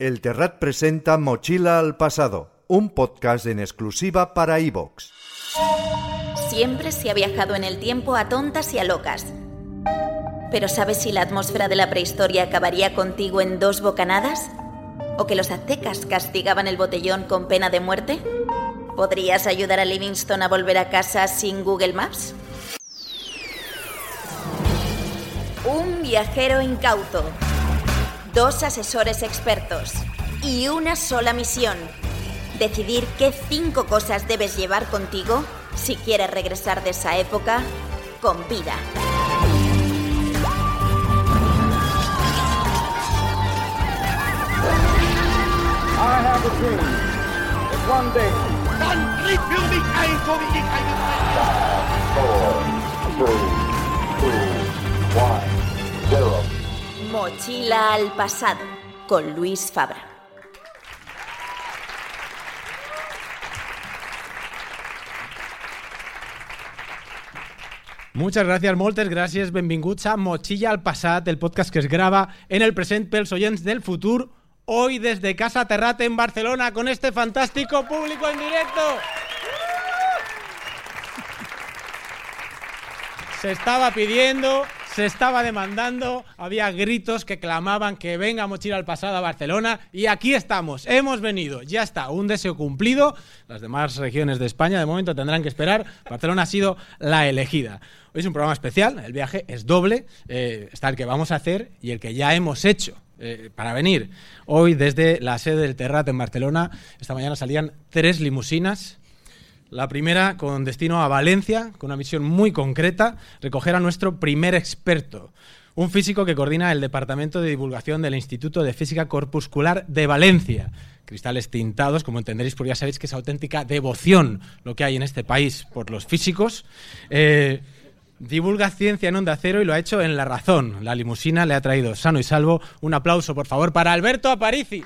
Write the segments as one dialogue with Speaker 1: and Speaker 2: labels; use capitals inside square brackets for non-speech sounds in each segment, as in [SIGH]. Speaker 1: El Terrat presenta Mochila al pasado, un podcast en exclusiva para iVox.
Speaker 2: Siempre se ha viajado en el tiempo a tontas y a locas. Pero ¿sabes si la atmósfera de la prehistoria acabaría contigo en dos bocanadas? ¿O que los aztecas castigaban el botellón con pena de muerte? ¿Podrías ayudar a Livingston a volver a casa sin Google Maps? Un viajero incauto, dos asesores expertos y una sola misión. Decidir qué cinco cosas debes llevar contigo si quieres regresar de esa época con vida.
Speaker 3: I have a dream that one day
Speaker 4: completely ein, so wie ich einen
Speaker 2: Mochila al pasado con Luis Fabra.
Speaker 5: Muchas gracias, moltes gràcies, benvinguts a Motxilla al passat, el podcast que es grava en el present pels oients del futur, hoy desde Casa Terrat en Barcelona con este fantástico público en directo. Se estaba pidiendo, se estaba demandando, había gritos que clamaban que venga Mochila al pasado a Barcelona y aquí estamos, hemos venido, ya está, un deseo cumplido. Las demás regiones de España de momento tendrán que esperar, Barcelona ha sido la elegida. Hoy es un programa especial, el viaje es doble, eh, está el que vamos a hacer y el que ya hemos hecho. eh, para venir. Hoy desde la sede del Terrat en Barcelona, esta mañana salían tres limusinas la primera con destino a Valencia, con una misión muy concreta, recoger a nuestro primer experto, un físico que coordina el Departamento de Divulgación del Instituto de Física Corpuscular de Valencia. Cristales tintados, como entenderéis, porque ya sabéis que es auténtica devoción lo que hay en este país por los físicos. Eh, divulga ciencia en Onda Cero y lo ha hecho en La Razón. La limusina le ha traído sano y salvo. Un aplauso, por favor, para Alberto Aparici.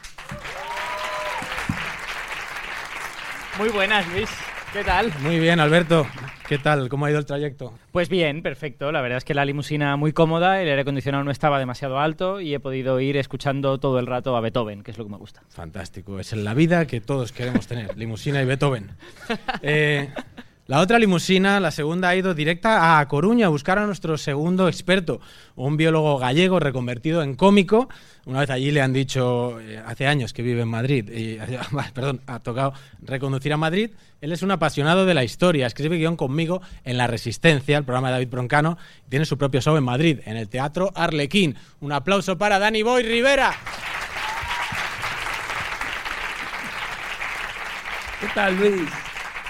Speaker 6: Muy buenas, Luis. ¿Qué tal?
Speaker 5: Muy bien, Alberto. ¿Qué tal? ¿Cómo ha ido el trayecto?
Speaker 6: Pues bien, perfecto. La verdad es que la limusina muy cómoda, el aire acondicionado no estaba demasiado alto y he podido ir escuchando todo el rato a Beethoven, que es lo que me gusta.
Speaker 5: Fantástico. Es la vida que todos queremos tener. Limusina y Beethoven. Eh, la otra limusina, la segunda, ha ido directa a Coruña a buscar a nuestro segundo experto, un biólogo gallego reconvertido en cómico. Una vez allí le han dicho, eh, hace años que vive en Madrid, y, [LAUGHS] perdón, ha tocado reconducir a Madrid. Él es un apasionado de la historia, escribe guión conmigo en La Resistencia, el programa de David Broncano. Tiene su propio show en Madrid, en el Teatro Arlequín. Un aplauso para Dani Boy Rivera.
Speaker 7: ¿Qué tal, Luis?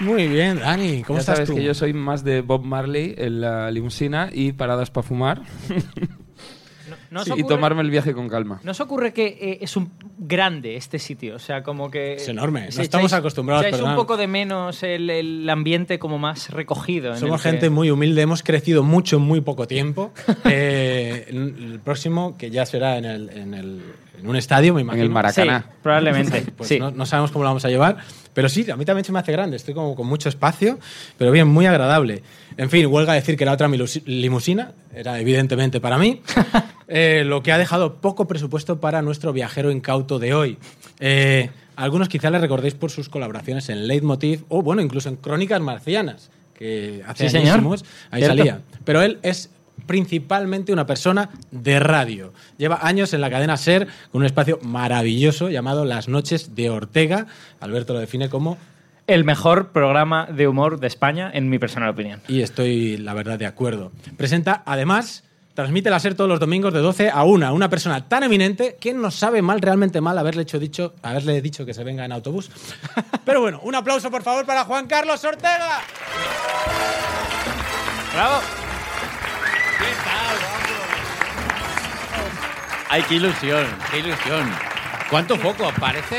Speaker 5: Muy bien, Dani, ¿cómo
Speaker 7: ya
Speaker 5: estás
Speaker 7: sabes
Speaker 5: tú?
Speaker 7: que yo soy más de Bob Marley en la limusina y paradas para fumar
Speaker 6: ¿No os
Speaker 7: y
Speaker 6: ocurre-
Speaker 7: tomarme el viaje con calma.
Speaker 6: ¿No os ocurre que eh, es un grande este sitio? O sea, como que...
Speaker 5: Es enorme, no
Speaker 6: Se
Speaker 5: estamos
Speaker 6: echáis-
Speaker 5: acostumbrados,
Speaker 6: echáis
Speaker 5: perdón.
Speaker 6: un poco de menos el, el ambiente como más recogido. en
Speaker 5: Somos
Speaker 6: el que-
Speaker 5: gente muy humilde, hemos crecido mucho en muy poco
Speaker 7: [LAUGHS]
Speaker 5: tiempo. Eh, el próximo, que ya será en, el- en el- en un estadio, me imagino.
Speaker 7: el Maracaná.
Speaker 6: Sí,
Speaker 7: Bacaná.
Speaker 6: probablemente.
Speaker 5: [LAUGHS] Pues
Speaker 6: sí.
Speaker 5: no, no sabemos cómo lo vamos a llevar. Pero sí, a mí también se me hace grande, estoy como con mucho espacio, pero bien, muy agradable. En fin, huelga decir que la otra milusi- limusina era evidentemente para
Speaker 6: [LAUGHS]
Speaker 5: mí, eh, lo que ha dejado poco presupuesto para nuestro viajero incauto de hoy. Eh, algunos quizá le recordéis por sus colaboraciones en Leitmotiv o, bueno, incluso en Crónicas Marcianas, que hace
Speaker 6: Sí, señor.
Speaker 5: añísimos, ahí
Speaker 6: Cierto.
Speaker 5: salía. Pero él es principalmente una persona de radio. Lleva años en la cadena SER con un espacio maravilloso llamado Las Noches de Ortega. Alberto lo define como,
Speaker 6: El mejor programa de humor de España, en mi personal opinión.
Speaker 5: y estoy la verdad de acuerdo. Presenta además, transmite la SER todos los domingos de 12 a 1. Una persona tan eminente que no sabe mal, realmente mal, haberle, hecho dicho, haberle dicho que se venga en autobús. Pero bueno, un aplauso por favor para Juan Carlos Ortega.
Speaker 6: ¡Bravo!
Speaker 8: Ay, qué ilusión, qué ilusión. ¿Cuánto foco? Parece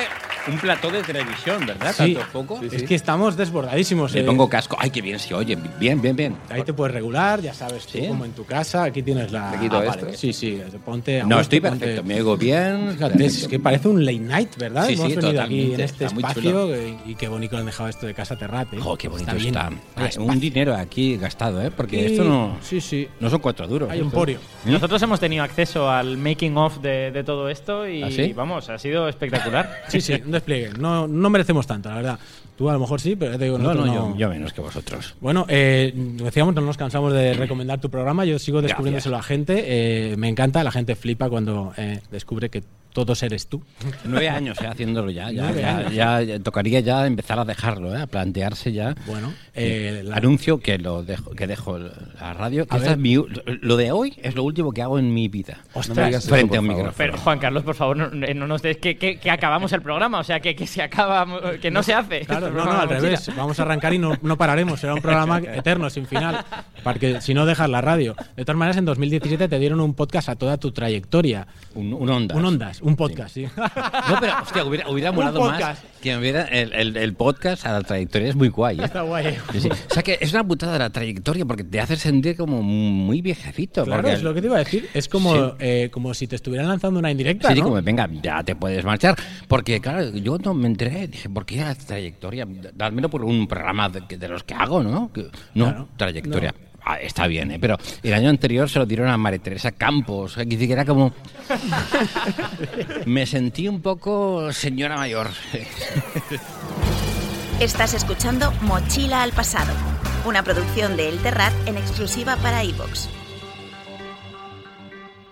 Speaker 8: un plató de televisión, ¿verdad?
Speaker 5: Sí.
Speaker 8: ¿Tanto foco?
Speaker 5: Es que estamos desbordadísimos.
Speaker 8: Le
Speaker 5: eh.
Speaker 8: pongo casco. Ay, qué bien se oye. Bien, bien, bien.
Speaker 5: Ahí te puedes regular, ya sabes, tú,
Speaker 8: Sí.
Speaker 5: como en tu casa. Aquí tienes la. Ah,
Speaker 7: Le quito
Speaker 5: vale,
Speaker 7: esto,
Speaker 5: que
Speaker 7: ¿eh?
Speaker 5: Sí, sí, ponte. a
Speaker 8: No,
Speaker 5: gusto,
Speaker 8: estoy
Speaker 5: ponte-
Speaker 8: perfecto. Me oigo bien.
Speaker 5: Fíjate, es que parece un late night, ¿verdad?
Speaker 8: Sí,
Speaker 5: Hemos
Speaker 8: sí,
Speaker 5: venido aquí en
Speaker 8: totalmente.
Speaker 5: este
Speaker 8: Está muy
Speaker 5: espacio eh, y qué bonito han dejado esto de Casa Terrat. ¿eh?
Speaker 8: Jo, Oh, qué bonito
Speaker 5: bien.
Speaker 8: está.
Speaker 5: Hay
Speaker 8: Ah,
Speaker 5: espacio.
Speaker 8: un dinero aquí gastado, ¿eh? Porque
Speaker 5: Sí,
Speaker 8: esto no,
Speaker 5: Sí, sí.
Speaker 8: no son cuatro duros.
Speaker 5: Hay
Speaker 8: Esto-
Speaker 5: emporio.
Speaker 6: Nosotros hemos tenido acceso al making of de, de todo esto y
Speaker 8: ¿Ah, sí?
Speaker 6: vamos, ha sido espectacular.
Speaker 5: Sí, sí, un despliegue. No, no merecemos tanto, la verdad. Tú a lo mejor sí, pero ya te digo,
Speaker 8: No, no,
Speaker 5: nosotros
Speaker 8: yo, yo menos que
Speaker 5: [LAUGHS]
Speaker 8: vosotros.
Speaker 5: Bueno, eh, decíamos, no nos cansamos de recomendar tu programa. Yo sigo descubriéndoselo a gente. eh, me encanta, la gente flipa cuando eh, descubre que todos eres tú.
Speaker 8: Nueve años eh, haciéndolo ya. Ya,
Speaker 5: Nueve
Speaker 8: ya,
Speaker 5: años.
Speaker 8: ya- ya tocaría ya empezar a dejarlo, ¿eh? A plantearse ya.
Speaker 5: Bueno, eh, la-
Speaker 8: Anuncio que lo dejo, que dejo la radio. que
Speaker 5: A
Speaker 8: esta
Speaker 5: ver.
Speaker 8: es mi u- lo de hoy es lo último que hago en mi vida.
Speaker 5: Ostras.
Speaker 8: No me digas frente
Speaker 7: por
Speaker 8: a un
Speaker 7: favor.
Speaker 8: micrófono.
Speaker 6: Pero Juan Carlos, por favor, no, eh, no nos des que, que- que acabamos el programa, o sea, que, que se acaba, que no se hace.
Speaker 5: Claro,
Speaker 6: [LAUGHS]
Speaker 5: no,
Speaker 6: Este
Speaker 5: no,
Speaker 6: programa
Speaker 5: al
Speaker 6: mochila.
Speaker 5: revés. Vamos a arrancar y no, no pararemos.
Speaker 6: [LAUGHS]
Speaker 5: Será un programa eterno, sin final. Porque si no, dejas la radio. De todas maneras, en 2017 te dieron un podcast a toda tu trayectoria.
Speaker 8: Un, un Ondas.
Speaker 5: Un Ondas, un podcast, sí. [LAUGHS]
Speaker 8: No, pero hostia, hubiera, hubiera
Speaker 5: Un
Speaker 8: molado más
Speaker 5: podcast.
Speaker 8: que hubiera el, el- el podcast a la trayectoria. Es muy guay. ¿eh?
Speaker 5: Está guay. eh.
Speaker 8: Sí, sí. O sea que es una putada la trayectoria porque te hace sentir como muy viejecito.
Speaker 5: Claro,
Speaker 8: porque-
Speaker 5: es lo que te iba a decir. Es como,
Speaker 8: Sí.
Speaker 5: eh, como si te estuvieran lanzando una indirecta,
Speaker 8: Sí, sí,
Speaker 5: ¿no?
Speaker 8: como, venga, ya te puedes marchar. Porque, claro, yo no me enteré, dije, ¿por qué la trayectoria? Dármelo por un programa de, de los que hago, ¿no? Que- no,
Speaker 5: Claro.
Speaker 8: trayectoria. Ah, está bien, ¿eh? Pero el año anterior se lo dieron a María Teresa Campos. Que dice que
Speaker 5: [LAUGHS]
Speaker 8: era como. me sentí un poco señora mayor.
Speaker 2: Estás escuchando Mochila al Pasado, una producción de El Terrat en exclusiva para iVoox.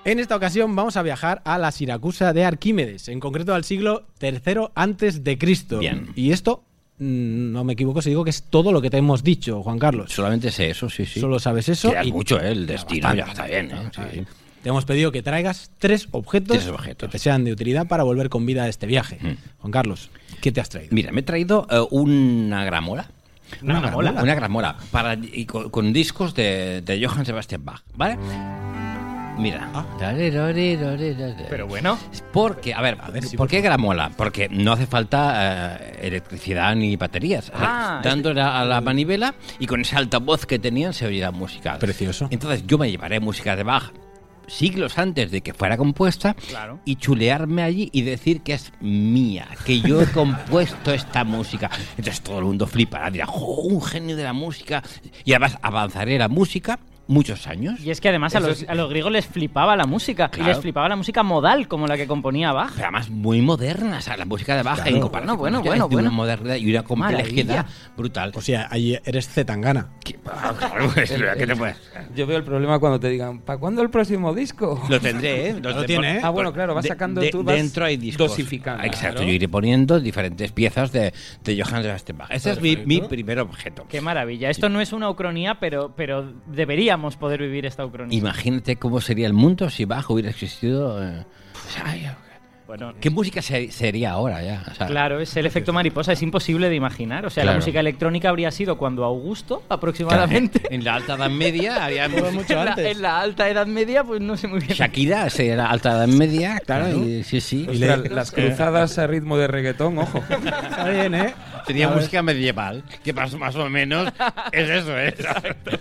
Speaker 5: En esta ocasión vamos a viajar a la Siracusa de Arquímedes, en concreto al siglo III antes de Cristo.
Speaker 8: Bien.
Speaker 5: Y esto, mm, no me equivoco si digo que es todo lo que te hemos dicho, Juan Carlos.
Speaker 8: Solamente sé eso, sí, sí.
Speaker 5: Solo sabes eso
Speaker 8: Que ya es
Speaker 5: y- Ah,
Speaker 8: mucho, ¿eh? El destino, ya está bien, ¿eh? Sí, sí.
Speaker 5: Te hemos pedido que traigas tres objetos,
Speaker 8: Tres objetos. Mm.
Speaker 5: que te sean de utilidad para volver con vida a este viaje. Juan Carlos, ¿qué te has traído?
Speaker 8: Mira, me he traído eh, una gramola.
Speaker 6: Una gramola.
Speaker 8: Una gramola. Para, y con, con discos de, de Johann Sebastian Bach, ¿vale? Mira.
Speaker 6: Pero bueno,
Speaker 8: Porque, a ver, ¿por qué gramola? Porque no hace falta eh, electricidad ni baterías.
Speaker 6: Ah,
Speaker 8: Dándole a la manivela y con ese altavoz que tenían se oía la música.
Speaker 5: Precioso.
Speaker 8: Entonces yo me llevaré música de Bach siglos antes de que fuera compuesta
Speaker 6: Claro.
Speaker 8: y chulearme allí y decir que es mía, que yo he compuesto esta música. Entonces todo el mundo flipará, dirá, "Jo, un genio de la música. Y además avanzaré la música muchos años.
Speaker 6: y es que además a los, a los griegos les flipaba la música, y
Speaker 8: Claro.
Speaker 6: les flipaba la música modal, como la que componía Bach.
Speaker 8: pero además muy moderna, o sea, la música de Baja en comparación
Speaker 6: Bueno,
Speaker 8: con
Speaker 6: bueno,
Speaker 8: ustedes, de
Speaker 6: bueno,
Speaker 8: una modernidad y una complejidad
Speaker 6: Maravilla.
Speaker 8: brutal.
Speaker 5: O sea, ahí eres Zetangana.
Speaker 8: Que- [LAUGHS] ah, claro, es verdad que te puedes-
Speaker 7: Yo veo el problema cuando te digan, ¿para cuándo el próximo disco?
Speaker 8: Lo tendré, ¿eh?
Speaker 5: Lo tiene, ¿eh?
Speaker 7: Ah, bueno, claro, vas
Speaker 8: de-
Speaker 7: sacando
Speaker 8: de-
Speaker 7: tú, vas
Speaker 8: Dentro hay discos.
Speaker 7: dosificando.
Speaker 8: Ah, Exacto,
Speaker 7: Claro.
Speaker 8: yo iré poniendo diferentes piezas de, de Johann Sebastian Bach. Ese es mi, mi primer objeto.
Speaker 6: Qué maravilla. Esto no es una ucronía, pero, pero deberíamos poder vivir esta ucronía.
Speaker 8: Imagínate cómo sería el mundo si Bach hubiera existido. eh, o sea, ay,
Speaker 6: Bueno,
Speaker 8: ¿Qué música se- sería ahora ya? O sea,
Speaker 6: Claro, es el efecto mariposa, es imposible de imaginar. O sea, la
Speaker 8: Claro.
Speaker 6: música electrónica habría sido cuando Augusto,
Speaker 8: claro, en, [LAUGHS]
Speaker 6: aproximadamente,
Speaker 8: en la alta edad media
Speaker 5: mucho
Speaker 8: había
Speaker 6: [LAUGHS] en, la,
Speaker 5: antes.
Speaker 6: en la alta edad media, pues no sé muy bien.
Speaker 8: Shakira se era alta edad media, claro, Pues y- sí, sí.
Speaker 7: Ostras, las cruzadas a ritmo de reggaetón, ojo.
Speaker 5: Está bien, ¿eh?
Speaker 8: Tenía
Speaker 5: A ver,
Speaker 8: música medieval, que más, más
Speaker 5: [LAUGHS]
Speaker 8: o menos es eso, ¿eh?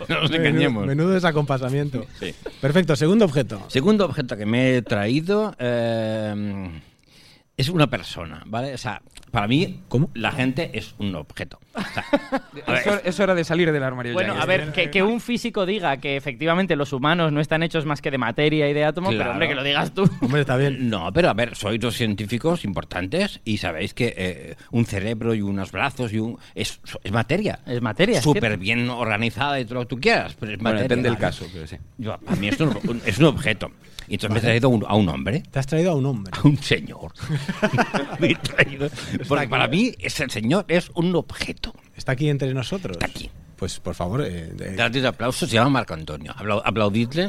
Speaker 8: No [LAUGHS] nos
Speaker 5: Menudo,
Speaker 8: [LAUGHS] engañemos.
Speaker 5: menudo desacompasamiento.
Speaker 8: Sí.
Speaker 5: Perfecto, segundo objeto.
Speaker 8: Segundo objeto que me he traído eh, es una persona, ¿vale? O sea, para mí,
Speaker 5: ¿Cómo?
Speaker 8: la gente es un objeto. O sea,
Speaker 5: [LAUGHS]
Speaker 8: a ver,
Speaker 7: Eso, eso era de salir del armario.
Speaker 6: Bueno,
Speaker 7: ya,
Speaker 6: a
Speaker 7: que-
Speaker 6: ver, que, que un físico diga que efectivamente los humanos no están hechos más que de materia y de átomos, pero
Speaker 8: Claro.
Speaker 6: hombre, que lo digas tú.
Speaker 5: Hombre, está bien.
Speaker 8: No, pero a ver, sois dos científicos importantes y sabéis que eh, un cerebro y unos brazos y un es, es materia.
Speaker 6: Es materia, es
Speaker 8: Súper bien organizada y todo lo que tú quieras, pero es
Speaker 7: Bueno,
Speaker 8: materia.
Speaker 7: depende del caso, pero sí.
Speaker 8: Yo- para mí es un, un- es un objeto. Y entonces me he traído un- a un hombre.
Speaker 5: Te has traído a un hombre.
Speaker 8: a
Speaker 7: [LAUGHS]
Speaker 8: un señor. Me he traído- Porque para mí ese señor es un objeto.
Speaker 5: Está aquí entre nosotros.
Speaker 8: Está aquí.
Speaker 5: Pues por favor, eh, eh,
Speaker 8: Dadle un aplauso, se llama Marco Antonio. Apla- Aplaudidle.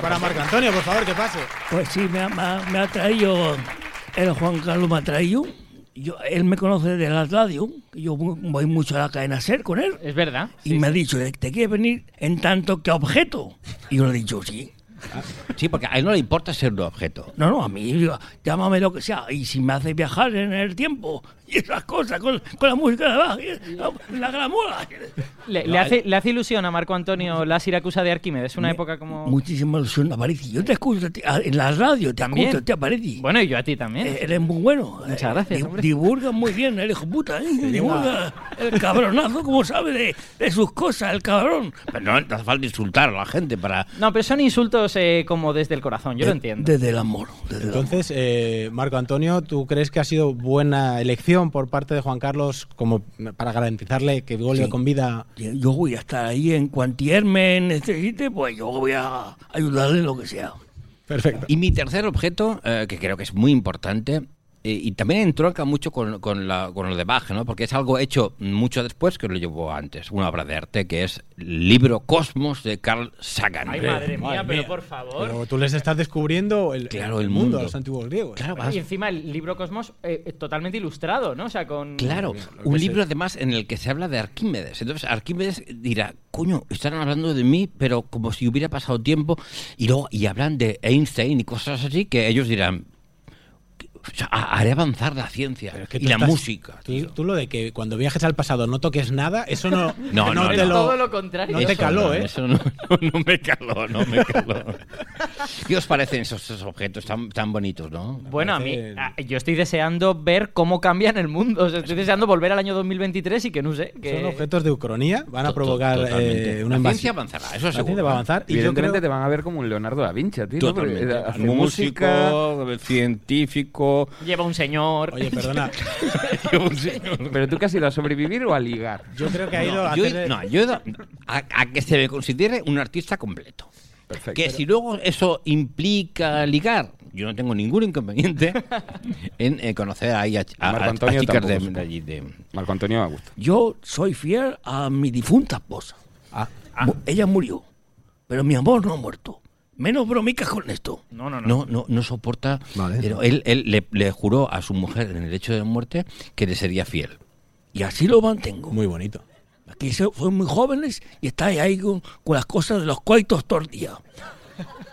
Speaker 5: para Marco Antonio, por favor, que pase.
Speaker 9: Pues sí, me ha, me ha- me ha traído, el Juan Carlos me ha traído. Yo, él me conoce de la radio, yo mu- voy mucho a la cadena SER con él.
Speaker 6: [LAUGHS] Es verdad.
Speaker 9: "Eh, Y me ha dicho, ¿te quieres venir en tanto que objeto? Y yo le he dicho, sí.
Speaker 8: Ah, Sí, porque a él no le importa ser un objeto.
Speaker 9: No, no, a mí, digo, llámame lo que sea. Y si me hace viajar en el tiempo y esas cosas, con, con la música de abajo, y la, la gramola.
Speaker 6: Le, le hace, le hace ilusión a Marco Antonio la Siracusa de Arquímedes, una
Speaker 9: Me-
Speaker 6: época como.
Speaker 9: Muchísima ilusión, Aparici. Yo te escucho te- a- en la radio, te
Speaker 6: También.
Speaker 9: escucho, te Aparici.
Speaker 6: Bueno, y yo a ti también.
Speaker 9: Eh, Eres muy bueno.
Speaker 6: Muchas
Speaker 9: Eh,
Speaker 6: gracias,
Speaker 9: di-
Speaker 6: hombre.
Speaker 9: Divulga muy bien, el hijo puta, ¿eh? Divulga. El cabronazo, como sabe de, de sus cosas, el cabrón.
Speaker 8: Pero no, no hace falta insultar a la gente para.
Speaker 6: No, pero son insultos eh, como desde el corazón, yo lo
Speaker 8: Eh,
Speaker 9: De-
Speaker 6: entiendo.
Speaker 9: Desde el amor. Desde el amor.
Speaker 5: Entonces, eh, Marco Antonio, ¿tú crees que ha sido buena elección por parte de Juan Carlos como para garantizarle que vuelve
Speaker 9: Sí.
Speaker 5: con vida?
Speaker 9: Yo- Yo voy a estar ahí en cuantier me necesite, pues yo voy a ayudarle en lo que sea.
Speaker 5: Perfecto.
Speaker 8: Y mi tercer objeto, eh, que creo que es muy importante, eh, y también entronca mucho con, con, la- con lo de Bach, ¿no? porque es algo hecho mucho después que lo llevó antes, una obra de arte que es el libro Cosmos de Carl Sagan.
Speaker 6: Ay, madre mía,
Speaker 5: Madre
Speaker 6: pero
Speaker 5: mía.
Speaker 6: por favor.
Speaker 5: Pero tú les estás descubriendo el,
Speaker 8: Claro, el
Speaker 5: mundo
Speaker 8: mundo.
Speaker 5: a los antiguos griegos.
Speaker 8: Claro, vas-
Speaker 6: Y encima el libro Cosmos eh, eh, totalmente ilustrado, ¿no? O sea, con.
Speaker 8: Claro, un libro además en el que se habla de Arquímedes. Entonces Arquímedes dirá, coño, están hablando de mí, pero como si hubiera pasado tiempo, y luego y hablan de Einstein y cosas así que ellos dirán, o sea, ha- haré avanzar la ciencia
Speaker 5: Pero es que
Speaker 8: y
Speaker 5: tú
Speaker 8: la
Speaker 5: estás-
Speaker 8: música.
Speaker 5: Tú,
Speaker 8: tío.
Speaker 5: tú lo de que cuando viajes al pasado no toques nada, eso no,
Speaker 8: [LAUGHS] No, no,
Speaker 5: te
Speaker 8: no.
Speaker 6: Es
Speaker 5: lo-
Speaker 6: todo lo contrario.
Speaker 5: no te
Speaker 8: Eso
Speaker 5: caló, ¿eh?
Speaker 8: Eso no, [LAUGHS] no- no me caló, no me caló. [LAUGHS] ¿Qué os parecen esos, esos objetos tan, tan bonitos, no?
Speaker 6: Bueno, a mí,
Speaker 5: parece-
Speaker 6: a- yo estoy deseando ver cómo cambian el mundo. O sea, estoy deseando volver al año 2023 y que no sé. Que...
Speaker 5: Son objetos de Ucronía, van a
Speaker 8: To- to-
Speaker 5: provocar
Speaker 8: totalmente.
Speaker 5: eh, una
Speaker 8: La
Speaker 5: invasión.
Speaker 8: ciencia avanzará, eso
Speaker 5: La
Speaker 8: seguro.
Speaker 5: ciencia va a avanzar y yo creo
Speaker 7: Evidentemente te van a ver como un Leonardo da Vinci, tío. ¿no? Porque,
Speaker 8: Totalmente.
Speaker 7: eh, hace música.
Speaker 8: Músico, científico.
Speaker 6: Lleva un señor.
Speaker 5: Oye,
Speaker 8: [LAUGHS]
Speaker 5: perdona,
Speaker 7: Pero tú casi la sobrevivir o a ligar.
Speaker 5: yo creo que ha ido a
Speaker 8: yo,
Speaker 5: hacer-
Speaker 8: no, yo he ido a, a que se le considere un artista completo.
Speaker 7: Perfecto.
Speaker 8: Que si luego eso implica ligar, yo no tengo ningún inconveniente
Speaker 7: [LAUGHS]
Speaker 8: en eh, conocer ahí a, a-
Speaker 7: Marco
Speaker 8: a- a
Speaker 7: Antonio
Speaker 8: chicas de,
Speaker 7: tampoco,
Speaker 8: de allí. de-
Speaker 7: Marco Antonio a gusto.
Speaker 9: Yo soy fiel a mi difunta esposa.
Speaker 7: Ah,
Speaker 8: Ah.
Speaker 9: Mu- Ella murió, pero mi amor no ha muerto. Menos bromicas con esto.
Speaker 6: No, no, no.
Speaker 8: No, no, no soporta. Pero él, él le, le juró a su mujer en el hecho de muerte que le sería fiel.
Speaker 9: Y así lo mantengo.
Speaker 5: Muy bonito.
Speaker 9: Aquí se- fueron muy jóvenes y estáis ahí con, con las cosas de los coitos todo el día.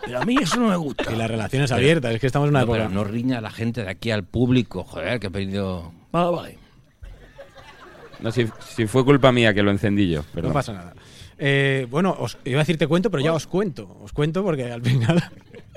Speaker 9: Pero a mí eso no me gusta.
Speaker 5: Y las relaciones abiertas, es que estamos en una
Speaker 8: No,
Speaker 5: época.
Speaker 8: pero no riña a la gente de aquí al público, joder, que ha pedido.
Speaker 9: Vale, Ah, vale.
Speaker 7: No, si, si fue culpa mía que lo encendí yo. Perdón.
Speaker 5: No pasa nada. Eh, bueno, os iba a decir te cuento, pero ya os cuento. Os cuento porque al final,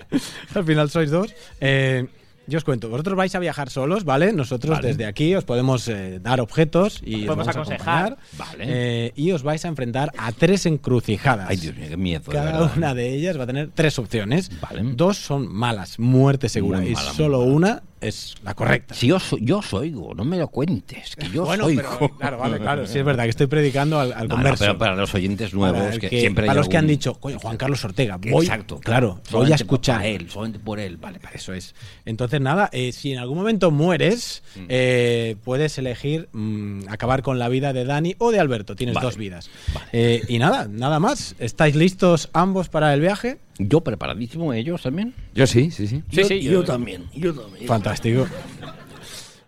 Speaker 5: [LAUGHS] al final sois dos. Eh, yo os cuento. Vosotros vais a viajar solos, ¿vale? Nosotros desde aquí os podemos eh, dar objetos y os
Speaker 6: Podemos
Speaker 5: vamos a
Speaker 6: aconsejar.
Speaker 5: acompañar.
Speaker 8: Vale.
Speaker 5: Eh, y os vais a enfrentar a tres encrucijadas.
Speaker 8: Ay, Dios mío, qué miedo. de
Speaker 5: Cada
Speaker 8: verdad. ¿eh?
Speaker 5: una de ellas va a tener tres opciones.
Speaker 8: Vale.
Speaker 5: Dos son malas, muerte segura.
Speaker 8: Muy
Speaker 5: y
Speaker 8: mala, muy
Speaker 5: solo
Speaker 8: mala.
Speaker 5: una es la correcta.
Speaker 8: Si yo, so- yo os oigo, no me lo cuentes, que yo os
Speaker 5: bueno,
Speaker 8: oigo.
Speaker 5: pero claro, vale,
Speaker 8: [LAUGHS]
Speaker 5: claro. Sí, es verdad que estoy predicando al, al
Speaker 8: No, no,
Speaker 5: converso.
Speaker 8: pero para los oyentes
Speaker 5: Para
Speaker 8: nuevos,
Speaker 5: el
Speaker 8: que,
Speaker 5: que-
Speaker 8: siempre hay
Speaker 5: para los que han
Speaker 8: algún-
Speaker 5: dicho, coño, Juan Carlos Ortega,
Speaker 8: que-
Speaker 5: voy,
Speaker 8: Exacto,
Speaker 5: claro, voy
Speaker 8: solamente
Speaker 5: a
Speaker 8: por-
Speaker 5: escuchar.
Speaker 8: a él, solamente por él, vale.
Speaker 5: Para eso es. Entonces, nada, eh, si en algún momento mueres,
Speaker 8: Mm.
Speaker 5: eh, puedes elegir mm, acabar con la vida de Dani o de Alberto. Tienes
Speaker 8: Vale.
Speaker 5: dos vidas. Eh, y nada, nada más. ¿Estáis listos ambos para el viaje?
Speaker 8: Yo preparadísimo, ellos también.
Speaker 7: Yo sí, sí, sí.
Speaker 6: Sí,
Speaker 9: yo,
Speaker 6: sí,
Speaker 9: yo
Speaker 6: yo-
Speaker 9: también, yo también.
Speaker 5: Fantástico.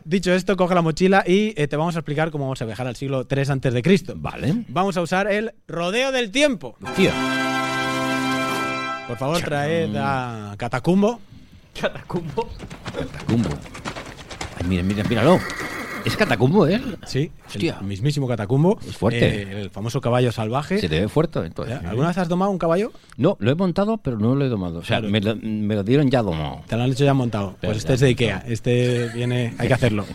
Speaker 5: Dicho esto, coge la mochila y eh, te vamos a explicar cómo vamos a viajar al siglo III antes de Cristo.
Speaker 8: Vale.
Speaker 5: Vamos a usar el rodeo del tiempo.
Speaker 8: Tío,
Speaker 5: Por favor, traed a Catacumbo.
Speaker 6: Catacumbo.
Speaker 8: Catacumbo. Ay, mira, mira, míralo. Es Catacumbo, ¿eh?
Speaker 5: Sí,
Speaker 8: Hostia.
Speaker 5: el mismísimo Catacumbo.
Speaker 8: Es fuerte.
Speaker 5: eh, el famoso caballo salvaje.
Speaker 8: Se te ve fuerte, entonces.
Speaker 5: ¿Ya? ¿Alguna vez has tomado un caballo?
Speaker 8: No, lo he montado, pero no lo he tomado. O sea,
Speaker 5: Claro.
Speaker 8: me, lo, me lo dieron ya domado.
Speaker 5: Te lo han hecho ya montado.
Speaker 8: Pero
Speaker 5: Pues
Speaker 8: ya
Speaker 5: este es de Ikea. Este viene. Hay que
Speaker 8: [LAUGHS]
Speaker 5: hacerlo.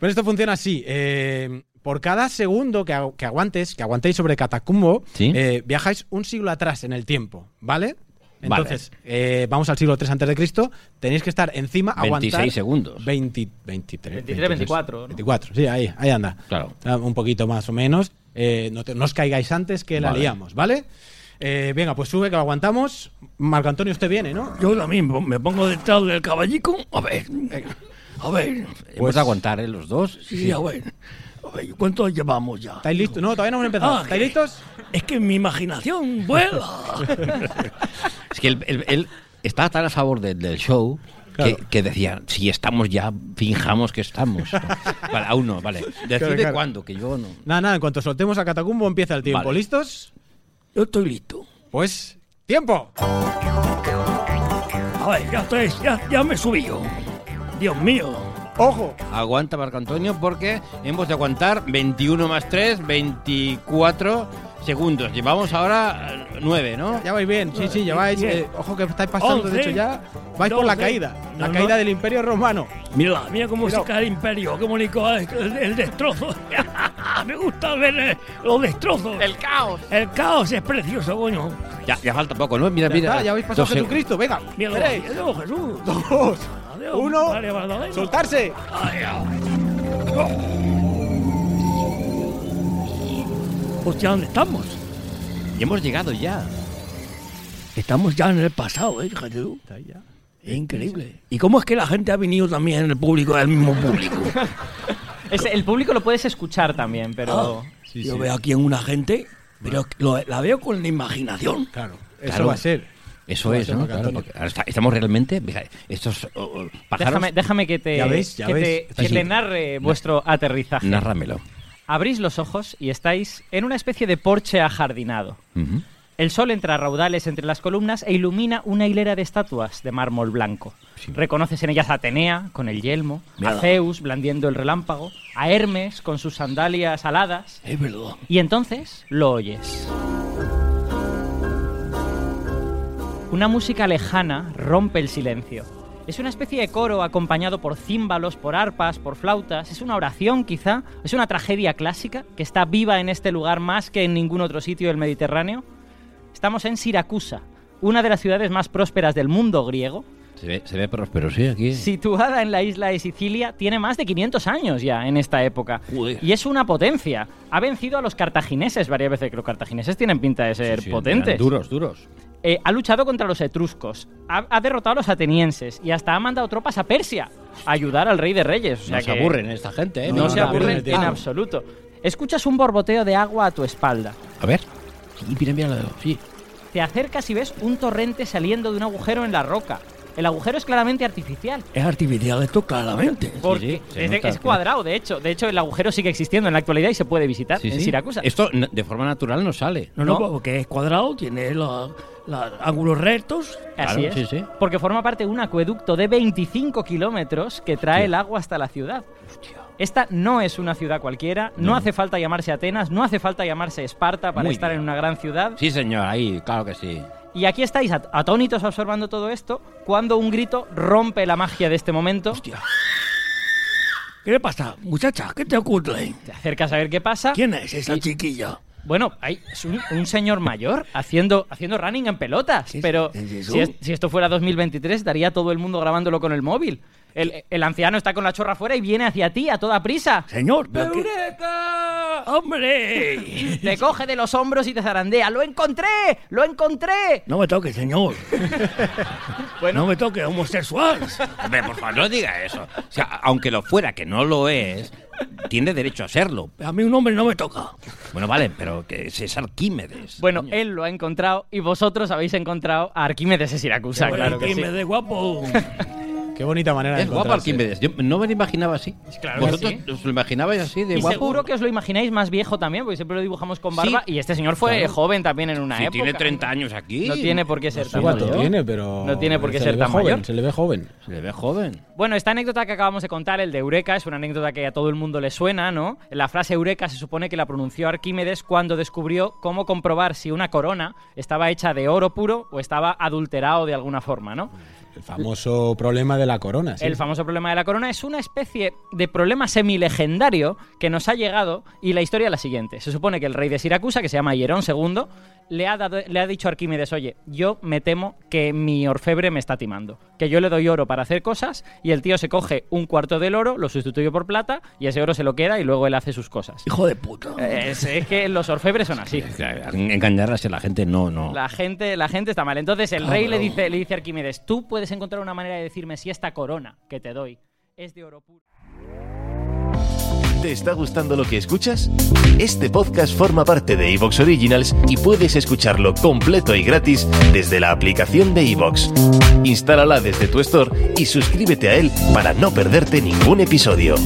Speaker 5: Pero esto funciona así. eh, por cada segundo que, agu- que aguantes, que aguantéis sobre Catacumbo,
Speaker 8: Sí.
Speaker 5: eh, viajáis un siglo atrás en el tiempo, ¿vale?
Speaker 8: Vale.
Speaker 5: Entonces, eh, vamos al siglo 3 antes de Cristo. Tenéis que estar encima, aguantar
Speaker 8: 26 segundos.
Speaker 5: 20, 23,
Speaker 6: 23, 24, ¿no?
Speaker 5: 24, sí, ahí, ahí anda.
Speaker 8: Claro.
Speaker 5: Ah, Un poquito más o menos. Eh, no, te- no os caigáis antes que la
Speaker 8: Vale.
Speaker 5: liamos, ¿vale? Eh, venga, pues sube que lo aguantamos. Marco Antonio, usted viene, ¿no?
Speaker 9: Yo también po- me pongo detrás del caballico. A ver, a ver.
Speaker 8: Hemos
Speaker 5: pues-
Speaker 8: de aguantar, ¿eh? Los dos.
Speaker 9: Sí, sí, a ver. A ver, ¿cuánto llevamos ya?
Speaker 5: ¿Estáis listos? No, todavía no hemos empezado.
Speaker 9: Ah,
Speaker 5: ¿Estáis
Speaker 9: que-
Speaker 5: listos?
Speaker 9: Es que mi imaginación vuela.
Speaker 8: Es que él, él- él estaba tan a favor de- del show
Speaker 5: Claro.
Speaker 8: que, que decía, si estamos ya, fijamos que
Speaker 5: [LAUGHS]
Speaker 8: estamos. vale, aún no, vale. Decide
Speaker 5: Claro, claro.
Speaker 8: cuándo, que yo no.
Speaker 5: Nada, nada, en cuanto soltemos a Catacumbo empieza el tiempo.
Speaker 8: Vale.
Speaker 5: ¿Listos?
Speaker 9: Yo estoy listo.
Speaker 5: Pues, tiempo.
Speaker 9: Joder, ya, estoy, ya, ya me subí yo. Dios mío.
Speaker 5: ¡Ojo!
Speaker 8: Aguanta, Marco Antonio, porque hemos de aguantar 21 más 3, 24 segundos. Llevamos ahora 9, ¿no?
Speaker 5: Ya vais bien, sí, sí, lleváis.
Speaker 9: Diez.
Speaker 5: eh, ojo que estáis pasando,
Speaker 9: Once,
Speaker 5: de hecho, ya vais por la
Speaker 9: doce.
Speaker 5: caída. La
Speaker 9: No,
Speaker 5: caída
Speaker 9: no.
Speaker 5: del Imperio Romano.
Speaker 9: Mira, mira cómo se cae el imperio, qué bonito es el, el destrozo. [LAUGHS] Me gusta ver eh, los destrozos. El caos. El caos es precioso, coño.
Speaker 8: Ya, ya falta poco, ¿no? Mira,
Speaker 5: Ya,
Speaker 8: mira.
Speaker 5: está, ya habéis pasado
Speaker 8: dos seg-
Speaker 5: Jesucristo, venga.
Speaker 9: Mira,
Speaker 5: Tres,
Speaker 9: adiós, Jesús.
Speaker 5: dos,
Speaker 9: Adiós,
Speaker 5: uno.
Speaker 9: María Magdalena.
Speaker 5: ¡Soltarse!
Speaker 9: Ay, ay. Hostia, ¿dónde estamos?
Speaker 8: Y hemos llegado ya.
Speaker 9: Estamos ya en el pasado, ¿eh? Fíjate tú. Es increíble. ¿Y cómo es que la gente ha venido también en el público, del [LAUGHS] mismo público?
Speaker 6: [LAUGHS] Es- el público lo puedes escuchar también,
Speaker 5: Ah.
Speaker 6: pero.
Speaker 9: Yo veo aquí en una gente, pero lo- la veo con la imaginación.
Speaker 5: Claro, eso
Speaker 8: Claro.
Speaker 5: va a ser.
Speaker 8: Eso
Speaker 5: Va a
Speaker 8: es,
Speaker 5: ser
Speaker 8: ¿no?
Speaker 5: Marco
Speaker 8: Claro,
Speaker 5: Antonio.
Speaker 8: porque ahora está- estamos realmente. mira, Estos oh, oh, pájaros.
Speaker 6: Déjame, déjame que te,
Speaker 5: Ya veis, ya
Speaker 6: que
Speaker 5: veis.
Speaker 6: te- que
Speaker 5: Sí.
Speaker 6: te narre vuestro aterrizaje.
Speaker 8: Nárramelo.
Speaker 6: Abrís los ojos y estáis en una especie de porche ajardinado.
Speaker 8: Ujú.
Speaker 6: El sol entra a raudales entre las columnas e ilumina una hilera de estatuas de mármol blanco.
Speaker 8: Sí.
Speaker 6: Reconoces en ellas a Atenea con el yelmo,
Speaker 8: Mira.
Speaker 6: a Zeus blandiendo el relámpago, a Hermes con sus sandalias aladas,
Speaker 9: Es verdad.
Speaker 6: y entonces lo oyes. Una música lejana rompe el silencio. Es una especie de coro acompañado por címbalos, por arpas, por flautas. Es una oración quizá, es una tragedia clásica que está viva en este lugar más que en ningún otro sitio del Mediterráneo. Estamos en Siracusa, una de las ciudades más prósperas del mundo griego.
Speaker 8: Se ve, se ve próspero, sí, aquí.
Speaker 6: Situada en la isla de Sicilia, tiene más de 500 años ya en esta época.
Speaker 8: Joder.
Speaker 6: Y es una potencia. Ha vencido a los cartagineses varias veces, que los cartagineses tienen pinta de
Speaker 8: Sí,
Speaker 6: ser
Speaker 8: sí,
Speaker 6: potentes.
Speaker 8: eran Duros, duros.
Speaker 6: Eh, ha luchado contra los etruscos, ha, ha derrotado a los atenienses y hasta ha mandado tropas a Persia a ayudar al rey de reyes. O sea
Speaker 8: No se
Speaker 6: que
Speaker 8: aburren esta gente, ¿eh?
Speaker 6: No,
Speaker 5: No,
Speaker 6: se
Speaker 5: no, no,
Speaker 6: aburren
Speaker 5: no,
Speaker 6: en
Speaker 5: no.
Speaker 6: absoluto. Escuchas un borboteo de agua a tu espalda.
Speaker 8: A ver. Sí, mira, mira, lo- sí.
Speaker 6: Te acercas y ves un torrente saliendo de un agujero en la roca. El agujero es claramente artificial.
Speaker 9: Es artificial esto claramente.
Speaker 6: Porque
Speaker 8: sí, se
Speaker 6: es, de-
Speaker 8: nota,
Speaker 6: es
Speaker 8: sí.
Speaker 6: cuadrado, de hecho. De hecho, el agujero sigue existiendo en la actualidad y se puede visitar
Speaker 8: Sí,
Speaker 6: en
Speaker 8: sí.
Speaker 6: Siracusa.
Speaker 8: Esto n- de forma natural no sale.
Speaker 9: No, no,
Speaker 6: No.
Speaker 9: porque es cuadrado, tiene los ángulos rectos.
Speaker 6: Así
Speaker 8: Claro,
Speaker 6: es.
Speaker 8: sí, sí.
Speaker 6: Porque forma parte de un acueducto de 25 kilómetros que trae
Speaker 8: Hostia.
Speaker 6: el agua hasta la ciudad. Esta no es una ciudad cualquiera, no,
Speaker 8: No.
Speaker 6: hace falta llamarse Atenas, no hace falta llamarse Esparta para
Speaker 8: Muy
Speaker 6: estar
Speaker 8: bien.
Speaker 6: en una gran ciudad.
Speaker 8: Sí, señor, ahí, claro que sí.
Speaker 6: Y aquí estáis at- atónitos observando todo esto, cuando un grito rompe la magia de este momento.
Speaker 9: ¿Qué le pasa, muchacha? ¿Qué te ocurre?
Speaker 6: Te acercas a ver qué pasa.
Speaker 9: ¿Quién es esa chiquilla?
Speaker 6: Bueno, hay es un, un señor mayor haciendo, haciendo running en pelotas,
Speaker 9: ¿Qué es-
Speaker 6: pero
Speaker 9: es eso?
Speaker 6: si, es- si esto fuera 2023 estaría todo el mundo grabándolo con el móvil. El, el anciano está con la chorra fuera y viene hacia ti a toda prisa.
Speaker 9: Señor, pero qué-
Speaker 6: ¡Eureka!
Speaker 9: [LAUGHS] ¡Hombre!
Speaker 6: Te coge de los hombros y te zarandea. ¡Lo encontré! ¡Lo encontré!
Speaker 9: No me toques, señor. No me toques, homosexual.
Speaker 8: Hombre, por favor, no diga eso. O sea, aunque lo fuera, que no lo es, tiene derecho a serlo.
Speaker 9: A mí un hombre no me toca.
Speaker 8: Bueno, vale, pero que ese es Arquímedes.
Speaker 6: Bueno,
Speaker 8: coño.
Speaker 6: él lo ha encontrado y vosotros habéis encontrado a Arquímedes de Siracusa, claro que
Speaker 9: Y
Speaker 6: sí.
Speaker 9: me de guapo.
Speaker 5: Qué bonita manera de
Speaker 8: es guapo
Speaker 5: encontrarse.
Speaker 8: Arquímedes. Yo no me lo imaginaba así.
Speaker 6: Claro que
Speaker 8: Vosotros
Speaker 6: sí.
Speaker 8: os lo imaginabais así de
Speaker 6: Y
Speaker 8: guapo.
Speaker 6: seguro que os lo imagináis más viejo también, porque siempre lo dibujamos con
Speaker 8: Sí.
Speaker 6: barba. Y este señor fue
Speaker 8: Claro.
Speaker 6: joven también en una
Speaker 8: Si
Speaker 6: época. ¿eh?
Speaker 8: tiene 30 años aquí. Pues
Speaker 6: No tiene por qué ser
Speaker 5: No sé
Speaker 6: tan
Speaker 5: cuánto
Speaker 6: mayor.
Speaker 5: tiene, pero
Speaker 6: No tiene por qué
Speaker 5: se
Speaker 6: ser
Speaker 5: le ve
Speaker 6: tan
Speaker 5: joven,
Speaker 6: mayor.
Speaker 5: Se le ve joven.
Speaker 8: Se le ve joven.
Speaker 6: Bueno, esta anécdota que acabamos de contar, el de Eureka, es una anécdota que a todo el mundo le suena, ¿no? La frase Eureka se supone que la pronunció Arquímedes cuando descubrió cómo comprobar si una corona estaba hecha de oro puro o estaba adulterado de alguna forma, ¿no?
Speaker 5: El famoso problema de la corona. sí.
Speaker 6: El famoso problema de la corona es una especie de problema semilegendario que nos ha llegado y la historia es la siguiente. Se supone que el rey de Siracusa, que se llama Hierón II, le ha, dado- le ha dicho a Arquímedes, oye, yo me temo que mi orfebre me está timando, que yo le doy oro para hacer cosas y el tío se coge un cuarto del oro, lo sustituye por plata y ese oro se lo queda y luego él hace sus cosas.
Speaker 9: Hijo de puta.
Speaker 6: Es, es que los orfebres son así.
Speaker 8: Es que Engañarlas a la gente, no, no.
Speaker 6: La gente, la gente está mal. Entonces el rey le dice, le dice a Arquímedes, tú puedes encontrar una manera de decirme si esta corona que te doy es de oro puro.
Speaker 10: ¿Te está gustando lo que escuchas? Este podcast forma parte de Evox Originals y puedes escucharlo completo y gratis desde la aplicación de Evox. Instálala desde tu store y suscríbete a él para no perderte ningún episodio.